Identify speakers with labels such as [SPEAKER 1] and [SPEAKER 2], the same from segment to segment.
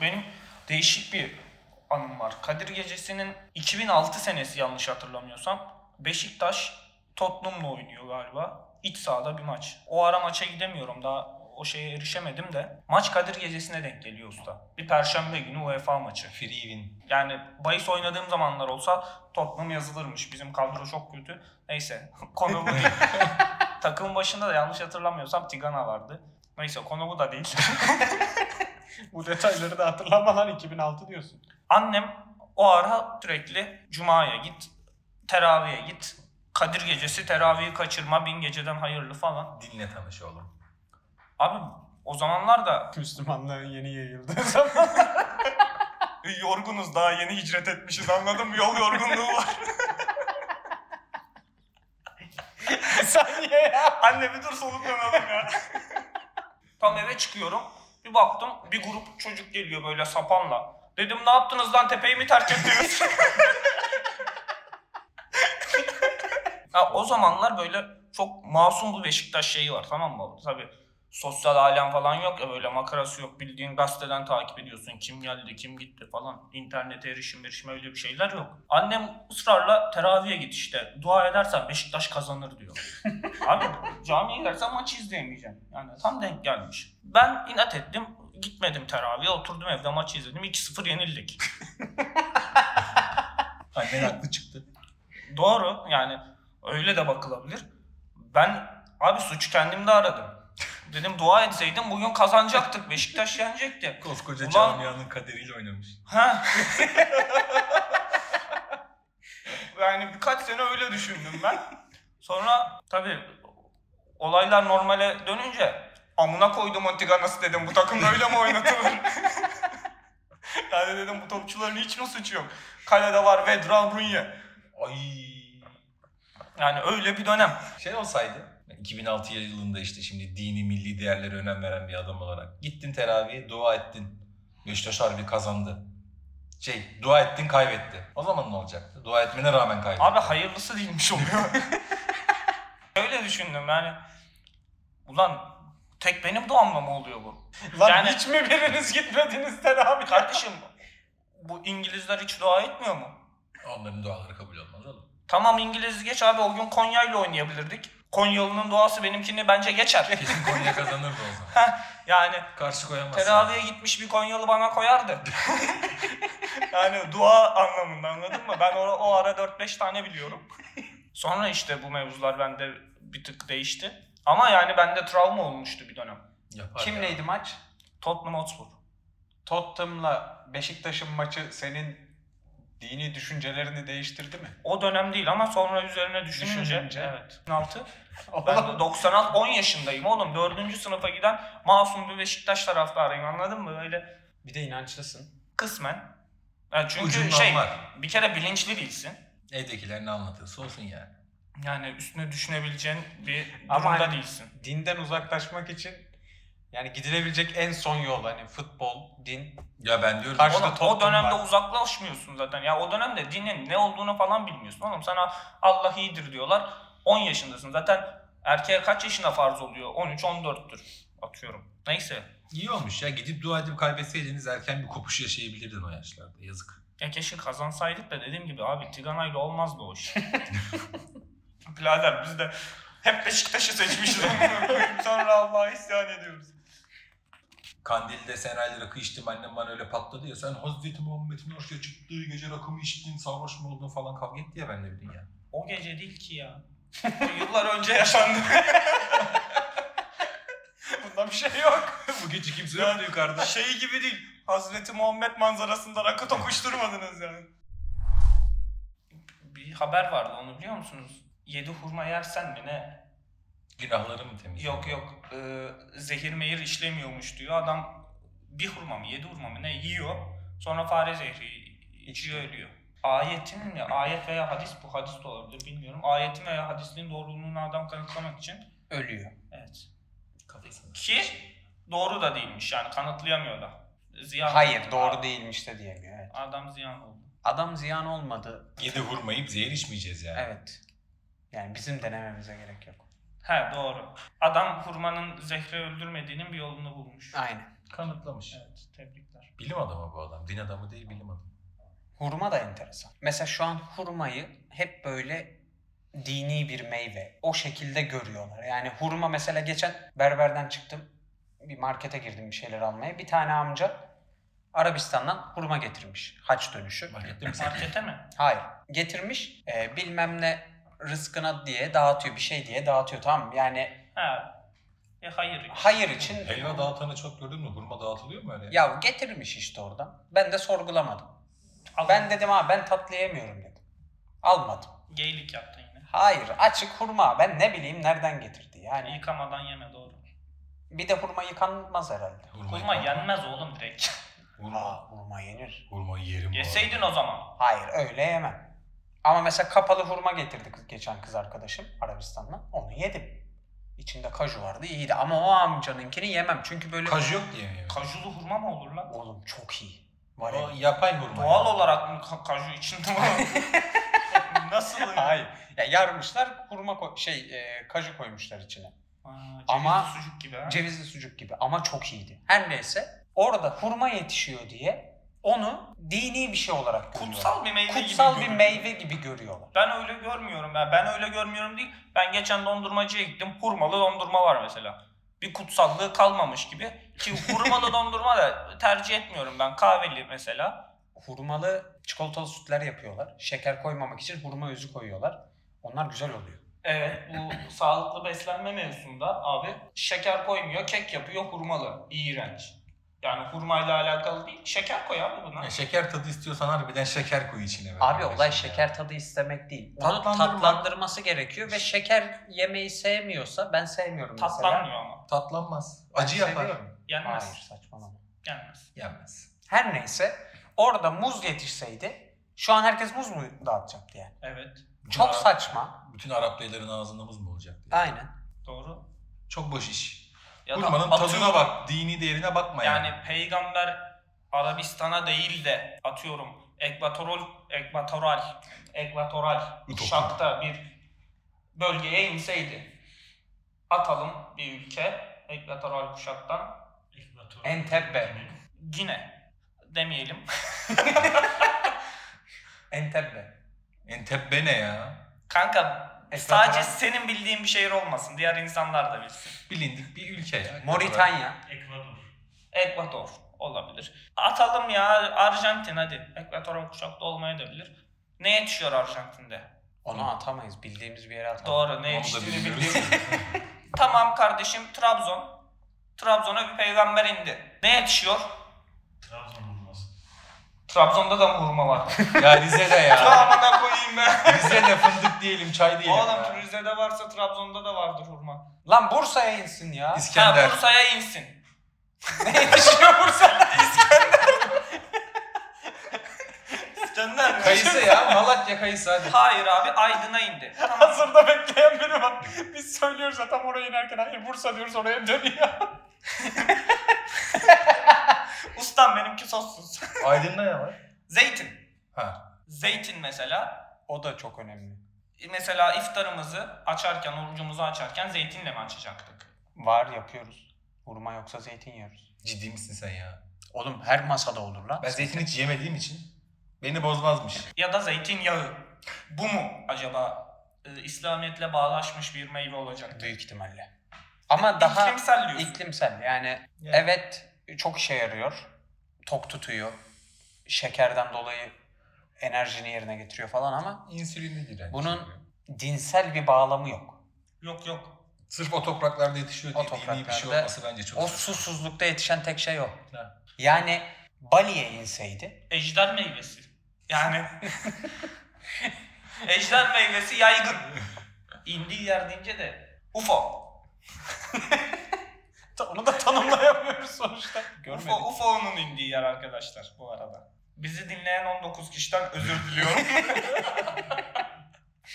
[SPEAKER 1] Benim değişik bir anım var. Kadir Gecesi'nin 2006 senesi yanlış hatırlamıyorsam Beşiktaş Tottenham'la oynuyor galiba. İç sahada bir maç. O ara maça gidemiyorum daha o şeye erişemedim de. Maç Kadir Gecesi'ne denk geliyor usta. Bir perşembe günü UEFA maçı.
[SPEAKER 2] Free win.
[SPEAKER 1] Yani bahis oynadığım zamanlar olsa Tottenham yazılırmış. Bizim kadro çok kötü. Neyse konu bu değil. Takım başında da yanlış hatırlamıyorsam Tigana vardı. Neyse konu bu da değil.
[SPEAKER 3] Bu detayları da hatırlama lan 2006 diyorsun.
[SPEAKER 1] Annem o ara sürekli Cuma'ya git, teraviye git, Kadir gecesi teravihi kaçırma, bin geceden hayırlı falan.
[SPEAKER 2] Dinle tanış oğlum.
[SPEAKER 1] Abi o zamanlar da
[SPEAKER 3] Müslümanlığın yeni yayıldığı zaman.
[SPEAKER 1] yorgunuz daha yeni hicret etmişiz anladın mı? Yol yorgunluğu var.
[SPEAKER 3] Saniye ya.
[SPEAKER 1] Anne bir dur soluklanalım ya. Tam eve çıkıyorum. Bir baktım bir grup çocuk geliyor böyle sapanla. Dedim ne yaptınız lan tepeyi mi terk ettiniz? ha, o zamanlar böyle çok masum bir Beşiktaş şeyi var tamam mı? Tabii sosyal alem falan yok ya böyle makarası yok bildiğin gazeteden takip ediyorsun kim geldi kim gitti falan internete erişim erişim öyle bir şeyler yok. Annem ısrarla teraviye git işte dua edersen Beşiktaş kazanır diyor. Abi camiye gidersen maçı izleyemeyeceğim. Yani tam denk gelmiş. Ben inat ettim. Gitmedim teraviye. Oturdum evde maçı izledim. 2-0 yenildik.
[SPEAKER 2] Annen haklı çıktı.
[SPEAKER 1] Doğru. Yani öyle de bakılabilir. Ben abi suçu kendimde aradım. Dedim dua etseydim bugün kazanacaktık. Beşiktaş yenecekti.
[SPEAKER 2] Koskoca
[SPEAKER 1] Ulan-
[SPEAKER 2] camianın kaderiyle oynamış.
[SPEAKER 1] Ha. yani birkaç sene öyle düşündüm ben. Sonra tabii olaylar normale dönünce amına koydum Antiganas'ı dedim bu takımda öyle mi oynatılır? yani dedim bu topçuların hiç mi suçu yok? Kalede var Vedra Brunye.
[SPEAKER 2] Ay.
[SPEAKER 1] Yani öyle bir dönem.
[SPEAKER 2] Şey olsaydı 2006 yılında işte şimdi dini milli değerlere önem veren bir adam olarak gittin teraviye dua ettin. Beşiktaş harbi kazandı. Şey dua ettin kaybetti. O zaman ne olacaktı? Dua etmene rağmen kaybetti.
[SPEAKER 1] Abi hayırlısı değilmiş oluyor. öyle düşündüm yani. Ulan tek benim doğamla mı oluyor bu?
[SPEAKER 3] Lan
[SPEAKER 1] Yani-
[SPEAKER 3] hiç mi biriniz gitmediniz teravih?
[SPEAKER 1] Kardeşim bu İngilizler hiç dua etmiyor mu?
[SPEAKER 2] Onların duaları kabul olmaz oğlum.
[SPEAKER 1] Tamam İngiliz geç abi o gün Konya ile oynayabilirdik. Konyalı'nın duası benimkini bence geçer.
[SPEAKER 2] Kesin Konya kazanırdı o zaman.
[SPEAKER 1] yani
[SPEAKER 2] Karşı koyamazsın.
[SPEAKER 1] teraviye gitmiş bir Konyalı bana koyardı. yani dua anlamında anladın mı? Ben o, o ara 4-5 tane biliyorum. Sonra işte bu mevzular bende bir tık değişti. Ama yani bende travma olmuştu bir dönem.
[SPEAKER 2] Yapar ya.
[SPEAKER 3] Kimleydi maç?
[SPEAKER 1] Tottenham Hotspur.
[SPEAKER 3] Tottenham'la Beşiktaş'ın maçı senin dini düşüncelerini değiştirdi mi?
[SPEAKER 1] O dönem değil ama sonra üzerine düşününce.
[SPEAKER 3] Düşününce.
[SPEAKER 1] Evet. 16. Ben
[SPEAKER 3] Oğlum,
[SPEAKER 1] de 96 10 yaşındayım oğlum. 4. sınıfa giden masum bir Beşiktaş taraftarıyım anladın mı? Öyle
[SPEAKER 3] bir de inançlısın.
[SPEAKER 1] Kısmen. Yani çünkü
[SPEAKER 2] Ucundan
[SPEAKER 1] şey
[SPEAKER 2] var.
[SPEAKER 1] bir kere bilinçli değilsin.
[SPEAKER 2] Evdekiler ne anlatırsa olsun yani.
[SPEAKER 1] Yani üstüne düşünebileceğin bir
[SPEAKER 3] Ama
[SPEAKER 1] durumda
[SPEAKER 3] hani-
[SPEAKER 1] değilsin.
[SPEAKER 3] Dinden uzaklaşmak için yani gidilebilecek en son yol hani futbol, din.
[SPEAKER 2] Ya ben diyorum.
[SPEAKER 3] Karşı- Karşıda
[SPEAKER 1] Oğlum, o
[SPEAKER 3] toplum
[SPEAKER 1] dönemde
[SPEAKER 3] var.
[SPEAKER 1] uzaklaşmıyorsun zaten. Ya o dönemde dinin ne olduğunu falan bilmiyorsun. Oğlum sana Allah iyidir diyorlar. 10 yaşındasın. Zaten erkeğe kaç yaşına farz oluyor? 13-14'tür atıyorum. Neyse.
[SPEAKER 2] İyi olmuş ya. Gidip dua edip kaybetseydiniz erken bir kopuş yaşayabilirdin o yaşlarda. Yazık.
[SPEAKER 1] Ya keşke kazansaydık da dediğim gibi abi Tigana'yla olmazdı o iş. Birader biz de hep Beşiktaş'ı seçmişiz. Sonra Allah'a isyan ediyoruz.
[SPEAKER 2] Kandil'de sen ayda rakı içtim annem bana öyle patladı ya sen Hazreti Muhammed'in ortaya çıktığı gece rakımı içtin sarhoş mu oldun falan kavga etti ya benimle bir dünya.
[SPEAKER 1] O gece değil ki ya. Yıllar önce yaşandı.
[SPEAKER 3] Bunda bir şey yok.
[SPEAKER 2] Bu gece kimse yoktu yukarıda.
[SPEAKER 1] Şey gibi değil. Hazreti Muhammed manzarasında rakı tokuşturmadınız yani. Bir haber vardı onu biliyor musunuz? Yedi hurma yersen mi ne?
[SPEAKER 2] Günahları mı temizledin?
[SPEAKER 1] Yok yok e, zehir mehir işlemiyormuş diyor. Adam bir hurma mı yedi hurma mı ne yiyor. Sonra fare zehri içiyor ölüyor. Ayetin mi? Ayet veya hadis bu hadis de olabilir bilmiyorum. Ayetin veya hadisinin doğruluğunu adam kanıtlamak için.
[SPEAKER 3] Ölüyor.
[SPEAKER 1] Evet.
[SPEAKER 2] Kafasına.
[SPEAKER 1] Ki doğru da değilmiş yani kanıtlayamıyor da. Ziyan
[SPEAKER 3] Hayır
[SPEAKER 1] oldu.
[SPEAKER 3] doğru değilmiş de diyemiyor. evet.
[SPEAKER 1] Adam ziyan oldu.
[SPEAKER 3] Adam ziyan olmadı.
[SPEAKER 2] Yedi hurmayıp zehir içmeyeceğiz yani.
[SPEAKER 3] Evet. Yani bizim denememize gerek yok.
[SPEAKER 1] He doğru. Adam hurmanın zehri öldürmediğinin bir yolunu bulmuş.
[SPEAKER 3] Aynen.
[SPEAKER 2] Kanıtlamış.
[SPEAKER 1] Evet tebrikler.
[SPEAKER 2] Bilim adamı bu adam. Din adamı değil bilim adamı.
[SPEAKER 3] Hurma da enteresan. Mesela şu an hurmayı hep böyle dini bir meyve. O şekilde görüyorlar. Yani hurma mesela geçen berberden çıktım. Bir markete girdim bir şeyler almaya. Bir tane amca Arabistan'dan hurma getirmiş. Haç dönüşü.
[SPEAKER 2] Markette mi satıyor?
[SPEAKER 1] Markete mi?
[SPEAKER 3] Hayır. Getirmiş. e, bilmem ne rızkına diye dağıtıyor. Bir şey diye dağıtıyor. Tamam mı? Yani
[SPEAKER 1] Ha. E hayır.
[SPEAKER 3] hayır için
[SPEAKER 2] Helva dağıtanı çok gördün mü? Hurma dağıtılıyor mu öyle?
[SPEAKER 3] ya getirmiş işte oradan. Ben de sorgulamadım. Ben dedim ha ben tatlı yemiyorum dedim. Almadım.
[SPEAKER 1] Geylik yaptın yine.
[SPEAKER 3] Hayır açık hurma ben ne bileyim nereden getirdi yani.
[SPEAKER 1] Yıkamadan yeme doğru.
[SPEAKER 3] Bir de hurma yıkanmaz herhalde.
[SPEAKER 1] Hurma yenmez oğlum direkt.
[SPEAKER 2] Hurma.
[SPEAKER 3] Aa, hurma yenir.
[SPEAKER 2] Hurma yerim bu
[SPEAKER 1] Yeseydin o zaman.
[SPEAKER 3] Hayır öyle yemem. Ama mesela kapalı hurma getirdi kız- geçen kız arkadaşım Arabistan'dan. Onu yedim. İçinde kaju vardı iyiydi ama o amcanınkini yemem. Çünkü böyle...
[SPEAKER 2] arada. Kaju yok diye mi yemiyor?
[SPEAKER 1] Kajulu hurma mı olur lan?
[SPEAKER 3] Oğlum çok iyi. Var
[SPEAKER 2] O
[SPEAKER 3] ya.
[SPEAKER 2] yapay hurma.
[SPEAKER 1] Doğal olarak mı ka- kaju içinde var? Nasıl? ya?
[SPEAKER 3] Hayır. Ya yarmışlar hurma ko- şey e, kaju koymuşlar içine.
[SPEAKER 1] Ha,
[SPEAKER 3] Ama-
[SPEAKER 1] cevizli sucuk gibi ha.
[SPEAKER 3] Cevizli sucuk gibi ama çok iyiydi. Her neyse orada hurma yetişiyor diye onu dini bir şey olarak görüyorlar.
[SPEAKER 1] Kutsal bir meyve gibi
[SPEAKER 3] kutsal bir
[SPEAKER 1] görünüyor.
[SPEAKER 3] meyve gibi görüyorlar.
[SPEAKER 1] Ben öyle görmüyorum ya. Ben öyle görmüyorum değil. Ben geçen dondurmacıya gittim. Hurmalı dondurma var mesela. Bir kutsallığı kalmamış gibi. Ki hurmalı dondurma da tercih etmiyorum ben. Kahveli mesela.
[SPEAKER 3] Hurmalı çikolatalı sütler yapıyorlar. Şeker koymamak için hurma özü koyuyorlar. Onlar güzel oluyor.
[SPEAKER 1] Evet bu sağlıklı beslenme mevzusunda abi şeker koymuyor, kek yapıyor hurmalı. İğrenç. Yani hurmayla alakalı değil. Şeker koy abi buna.
[SPEAKER 2] Ya E, Hani şeker tadı istiyorsan harbiden şeker koy içine. be
[SPEAKER 3] Abi
[SPEAKER 2] kardeşim
[SPEAKER 3] olay
[SPEAKER 2] ya.
[SPEAKER 3] şeker tadı istemek değil. Onu
[SPEAKER 2] Tatlandırma.
[SPEAKER 3] tatlandırması gerekiyor ve şeker yemeyi sevmiyorsa ben sevmiyorum mesela.
[SPEAKER 1] Tatlanmıyor ama.
[SPEAKER 2] Tatlanmaz.
[SPEAKER 3] Ben
[SPEAKER 2] Acı yapar.
[SPEAKER 3] seviyorum. Hayır
[SPEAKER 1] Yenmez.
[SPEAKER 3] saçmalama.
[SPEAKER 1] Yenmez.
[SPEAKER 2] Yenmez.
[SPEAKER 3] Her neyse orada muz yetişseydi şu an herkes muz mu dağıtacaktı yani?
[SPEAKER 1] Evet.
[SPEAKER 3] Çok
[SPEAKER 2] Bütün Arap-
[SPEAKER 3] saçma.
[SPEAKER 2] Bütün Arap beylerin ağzında muz mu olacak? diye.
[SPEAKER 3] Aynen.
[SPEAKER 1] Doğru.
[SPEAKER 2] Çok boş iş.
[SPEAKER 1] Ya da
[SPEAKER 2] Hurmanın
[SPEAKER 1] atıyorum-
[SPEAKER 2] tadına bak, dini değerine bakma yani.
[SPEAKER 1] Yani peygamber Arabistan'a değil de atıyorum ekvatoral ekvatoral ekvatoral
[SPEAKER 2] Ütopya.
[SPEAKER 1] şartta bir bölgeye inseydi. Atalım bir ülke ekvatoral kuşaktan
[SPEAKER 3] Entebbe.
[SPEAKER 1] Gine demeyelim.
[SPEAKER 3] Entebbe.
[SPEAKER 2] Entebbe ne ya?
[SPEAKER 1] Kanka
[SPEAKER 3] Ekvatoral-
[SPEAKER 1] sadece senin bildiğin bir şehir olmasın. Diğer insanlar da bilsin.
[SPEAKER 2] Bilindik bir ülke ya.
[SPEAKER 3] Moritanya.
[SPEAKER 1] Ekvator olabilir. Atalım ya Arjantin hadi. Ekvatoral kuşakta olmaya da bilir. Ne yetişiyor Arjantin'de?
[SPEAKER 3] Onu atamayız. Bildiğimiz bir yere atamayız.
[SPEAKER 1] Doğru ne
[SPEAKER 2] Onu da
[SPEAKER 1] yetiştiğini
[SPEAKER 2] bilmiyoruz.
[SPEAKER 1] bildiğim Tamam kardeşim Trabzon. Trabzon'a bir peygamber indi. Ne yetişiyor?
[SPEAKER 4] Trabzon vurması.
[SPEAKER 1] Trabzon'da da mı hurma var?
[SPEAKER 2] ya Rize'de ya.
[SPEAKER 1] Tamamına koyayım ben.
[SPEAKER 2] Rize'de fındık diyelim, çay diyelim.
[SPEAKER 1] Oğlum
[SPEAKER 2] ya.
[SPEAKER 1] Rize'de varsa Trabzon'da da vardır hurma.
[SPEAKER 3] Lan Bursa'ya insin ya.
[SPEAKER 2] İskender.
[SPEAKER 1] Ha Bursa'ya insin.
[SPEAKER 3] ne yetişiyor Bursa'da?
[SPEAKER 1] İskender
[SPEAKER 2] Kayısı ya. Malatya kayısı hadi.
[SPEAKER 1] Hayır abi Aydın'a indi. Tamam.
[SPEAKER 3] Hazırda bekleyen biri var. Biz söylüyoruz ya tam oraya inerken hayır Bursa diyoruz oraya dönüyor.
[SPEAKER 1] Ustam benimki sossuz.
[SPEAKER 2] Aydın'da ne var?
[SPEAKER 1] Zeytin.
[SPEAKER 2] Ha.
[SPEAKER 1] Zeytin mesela.
[SPEAKER 3] O da çok önemli.
[SPEAKER 1] Mesela iftarımızı açarken, orucumuzu açarken zeytinle mi açacaktık?
[SPEAKER 3] Var yapıyoruz. Hurma yoksa zeytin yiyoruz.
[SPEAKER 2] Ciddi misin sen ya?
[SPEAKER 3] Oğlum her masada olur lan.
[SPEAKER 2] Ben zeytin hiç yemediğim için beni bozmazmış.
[SPEAKER 1] Ya da zeytinyağı. Bu mu acaba e, İslamiyet'le bağlaşmış bir meyve olacak?
[SPEAKER 3] Büyük ihtimalle. Ama daha iklimsel,
[SPEAKER 1] İklimsel diyorsun.
[SPEAKER 3] yani
[SPEAKER 2] Yani.
[SPEAKER 3] evet çok işe yarıyor. Tok tutuyor. Şekerden dolayı enerjini yerine getiriyor falan ama
[SPEAKER 2] İnsülinli direnç.
[SPEAKER 3] Bunun- dinsel bir bağlamı yok.
[SPEAKER 1] Yok yok.
[SPEAKER 2] Sırf o topraklarda yetişiyor diye
[SPEAKER 3] O
[SPEAKER 2] dini bir şey
[SPEAKER 3] topraklarda-
[SPEAKER 2] olması bence çok
[SPEAKER 3] O
[SPEAKER 2] saçma.
[SPEAKER 3] susuzlukta yetişen tek şey o.
[SPEAKER 2] Ha.
[SPEAKER 3] Yani Bali'ye inseydi
[SPEAKER 1] Ejder meyvesi. Yani ejder meyvesi yaygın. İndiği yer deyince de UFO.
[SPEAKER 3] onu da tanımlayamıyoruz sonuçta.
[SPEAKER 1] UFO UFO'nun indiği yer arkadaşlar bu arada. Bizi dinleyen 19 kişiden özür diliyorum.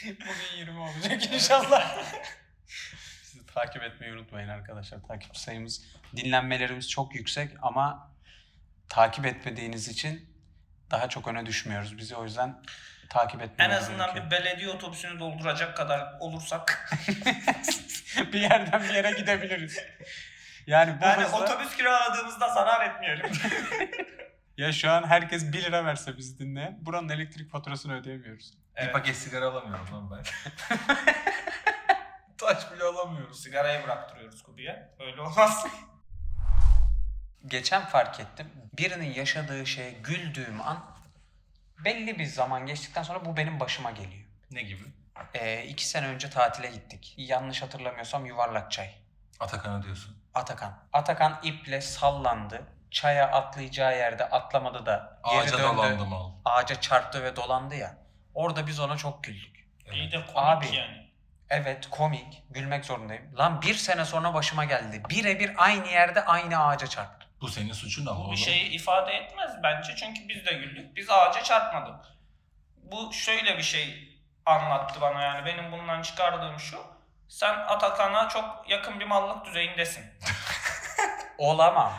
[SPEAKER 3] Bugün 20 olacak inşallah. Bizi takip etmeyi unutmayın arkadaşlar. Takip sayımız, dinlenmelerimiz çok yüksek ama takip etmediğiniz için daha çok öne düşmüyoruz. Bizi o yüzden takip
[SPEAKER 1] en
[SPEAKER 3] etmeyin.
[SPEAKER 1] azından bir belediye otobüsünü dolduracak kadar olursak
[SPEAKER 3] bir yerden bir yere gidebiliriz. Yani bu
[SPEAKER 1] Yani
[SPEAKER 3] hızla-
[SPEAKER 1] otobüs kiraladığımızda zarar etmeyelim.
[SPEAKER 3] ya şu an herkes 1 lira verse bizi dinleyen buranın elektrik faturasını ödeyemiyoruz.
[SPEAKER 2] Bir
[SPEAKER 1] Evet.
[SPEAKER 2] paket sigara alamıyorum lan ben. Taş bile alamıyoruz.
[SPEAKER 1] Sigarayı bıraktırıyoruz Kubi'ye. Öyle olmaz.
[SPEAKER 3] Geçen fark ettim. Birinin yaşadığı şeye güldüğüm an belli bir zaman geçtikten sonra bu benim başıma geliyor.
[SPEAKER 2] Ne gibi?
[SPEAKER 3] Ee, iki sene önce tatile gittik. Yanlış hatırlamıyorsam Yuvarlakçay.
[SPEAKER 2] Atakan'a diyorsun.
[SPEAKER 3] Atakan. Atakan iple sallandı. Çaya atlayacağı yerde atlamadı da geri
[SPEAKER 2] Ağaca
[SPEAKER 3] döndü.
[SPEAKER 2] dolandı mal.
[SPEAKER 3] Ağaca çarptı ve dolandı ya. Orada biz ona çok güldük.
[SPEAKER 1] İyi
[SPEAKER 2] Evet.
[SPEAKER 1] de komik
[SPEAKER 3] Abi.
[SPEAKER 1] yani.
[SPEAKER 3] Evet komik. Gülmek zorundayım. Lan bir sene sonra başıma geldi. Birebir aynı yerde aynı ağaca çarptı.
[SPEAKER 2] Bu senin suçun ama
[SPEAKER 1] Bu
[SPEAKER 2] oğlum.
[SPEAKER 1] bir şey- şeyi ifade etmez bence çünkü biz de güldük. Biz ağaca çarpmadık. Bu şöyle bir şey anlattı bana yani. Benim bundan çıkardığım şu. Sen Atakan'a çok yakın bir mallık düzeyindesin.
[SPEAKER 3] Olamam.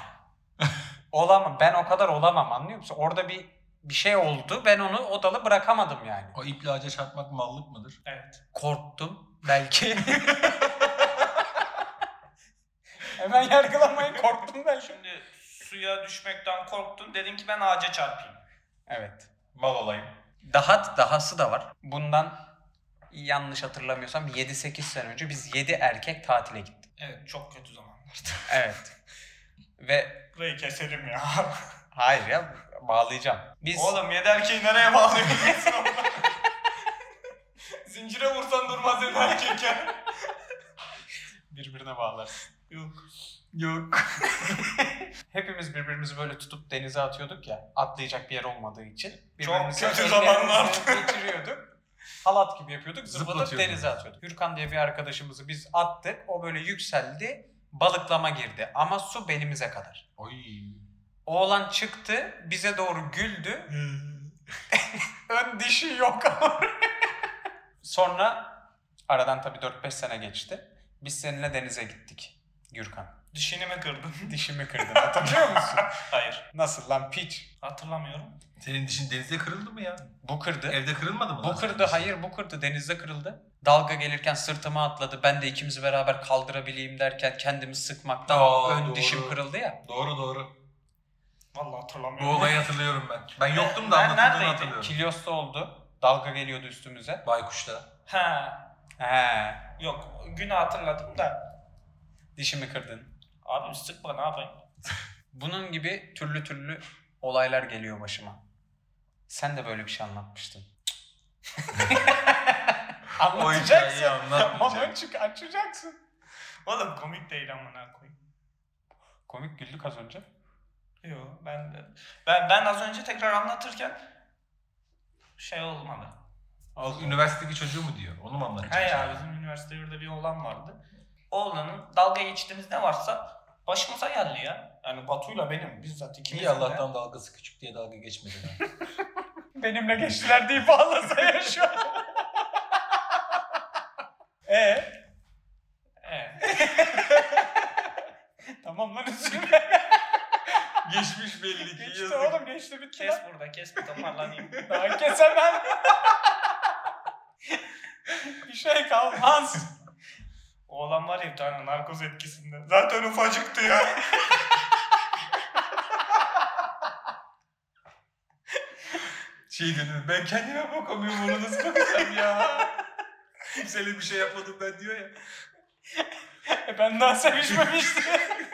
[SPEAKER 3] olamam. Ben o kadar olamam anlıyor musun? Orada bir bir şey oldu. Ben onu o dalı bırakamadım yani.
[SPEAKER 2] O iple ağaca çarpmak mallık mıdır?
[SPEAKER 1] Evet.
[SPEAKER 3] Korktum belki. Hemen yargılamayın korktum belki.
[SPEAKER 1] Şimdi suya düşmekten korktun. Dedin ki ben ağaca çarpayım.
[SPEAKER 3] Evet.
[SPEAKER 2] Mal olayım.
[SPEAKER 3] Daha dahası da var. Bundan yanlış hatırlamıyorsam 7-8 sene önce biz 7 erkek tatile gittik.
[SPEAKER 1] Evet çok kötü zamanlardı.
[SPEAKER 3] Evet. Ve
[SPEAKER 1] Burayı keselim ya.
[SPEAKER 3] hayır ya bağlayacağım. Biz
[SPEAKER 1] Oğlum yedi erkeği nereye bağlıyorsun? Zincire vursan durmaz yedi erkek ya.
[SPEAKER 3] birbirine bağlarız.
[SPEAKER 1] Yok.
[SPEAKER 3] Yok. Hepimiz birbirimizi böyle tutup denize atıyorduk ya. Atlayacak bir yer olmadı için. birbirimizi
[SPEAKER 1] kötü
[SPEAKER 3] ellerimizi
[SPEAKER 1] zamanlardı.
[SPEAKER 3] Geçiriyorduk. Halat gibi yapıyorduk. Zıplatıp
[SPEAKER 2] Zıplatıyorduk.
[SPEAKER 3] denize atıyorduk. Hürkan diye bir arkadaşımızı biz attık. O böyle yükseldi. Balıklama girdi. Ama su belimize kadar.
[SPEAKER 2] Oy.
[SPEAKER 3] Oğlan çıktı, bize doğru güldü.
[SPEAKER 2] Hmm.
[SPEAKER 3] Ön dişi yok ama. Sonra aradan tabii 4-5 sene geçti. Biz seninle denize gittik Gürkan.
[SPEAKER 1] Dişini mi kırdın?
[SPEAKER 3] Dişimi kırdın hatırlıyor musun?
[SPEAKER 1] Hayır.
[SPEAKER 3] Nasıl lan piç?
[SPEAKER 1] Hatırlamıyorum.
[SPEAKER 2] Senin dişin denizde kırıldı mı ya?
[SPEAKER 3] Bu kırdı.
[SPEAKER 2] Evde kırılmadı mı? lan
[SPEAKER 3] Bu
[SPEAKER 2] senin
[SPEAKER 3] kırdı
[SPEAKER 2] dişin?
[SPEAKER 3] hayır bu kırdı denizde kırıldı. Dalga gelirken sırtıma atladı. Ben de ikimizi beraber kaldırabileyim derken kendimi sıkmaktan
[SPEAKER 2] Aa,
[SPEAKER 3] ön
[SPEAKER 2] doğru.
[SPEAKER 3] dişim kırıldı ya.
[SPEAKER 2] Doğru doğru.
[SPEAKER 1] Vallahi
[SPEAKER 2] Bu
[SPEAKER 1] hatırlamıyorum.
[SPEAKER 2] olayı hatırlıyorum ben. Ben yoktum da
[SPEAKER 1] Ben
[SPEAKER 2] anlatıldığını
[SPEAKER 1] neredeydim?
[SPEAKER 2] hatırlıyorum.
[SPEAKER 3] Kilyos'ta oldu. Dalga geliyordu üstümüze.
[SPEAKER 2] Baykuş'ta.
[SPEAKER 1] Ha.
[SPEAKER 3] He,
[SPEAKER 1] Yok. Günü hatırladım da.
[SPEAKER 3] dişimi kırdın.
[SPEAKER 1] Abi sıkma ne yapayım?
[SPEAKER 3] Bunun gibi türlü türlü olaylar geliyor başıma. Sen de böyle bir şey anlatmıştın.
[SPEAKER 2] O hikayeyi anlatmayacak.
[SPEAKER 3] çık açacaksın.
[SPEAKER 1] Oğlum komik değil amına koyayım.
[SPEAKER 3] Komik güldük az önce.
[SPEAKER 1] Yok ben de. Ben, ben az önce tekrar anlatırken şey olmadı.
[SPEAKER 2] Al, Üniversitedeki çocuğu mu diyor? Onu mu anlatacak?
[SPEAKER 1] He ya bizim üniversite yurda bir oğlan vardı. Oğlanın dalga geçtiğimiz ne varsa başımıza geldi ya. Yani Batu'yla benim bizzat ikimiz.
[SPEAKER 2] İyi Allah'tan dalgası küçük diye dalga geçmedi. lan.
[SPEAKER 3] Benimle geçtiler diye bağlasa ya şu an. Ee,
[SPEAKER 1] Evet.
[SPEAKER 3] tamam lan üzülme.
[SPEAKER 2] Geçmiş belli ki.
[SPEAKER 3] Geçti
[SPEAKER 2] yazık.
[SPEAKER 3] oğlum geçti bitti
[SPEAKER 1] Kes
[SPEAKER 3] lan.
[SPEAKER 1] burada kes bir toparlanayım.
[SPEAKER 3] Daha kesemem. bir şey kalmaz.
[SPEAKER 1] Oğlan var ya bir tane narkoz etkisinde. Zaten ufacıktı ya.
[SPEAKER 2] Şey dedim ben kendime bakamıyorum onu nasıl bakacağım ya. Kimseyle bir şey yapmadım ben diyor ya.
[SPEAKER 3] E, ben daha sevişmemiştim.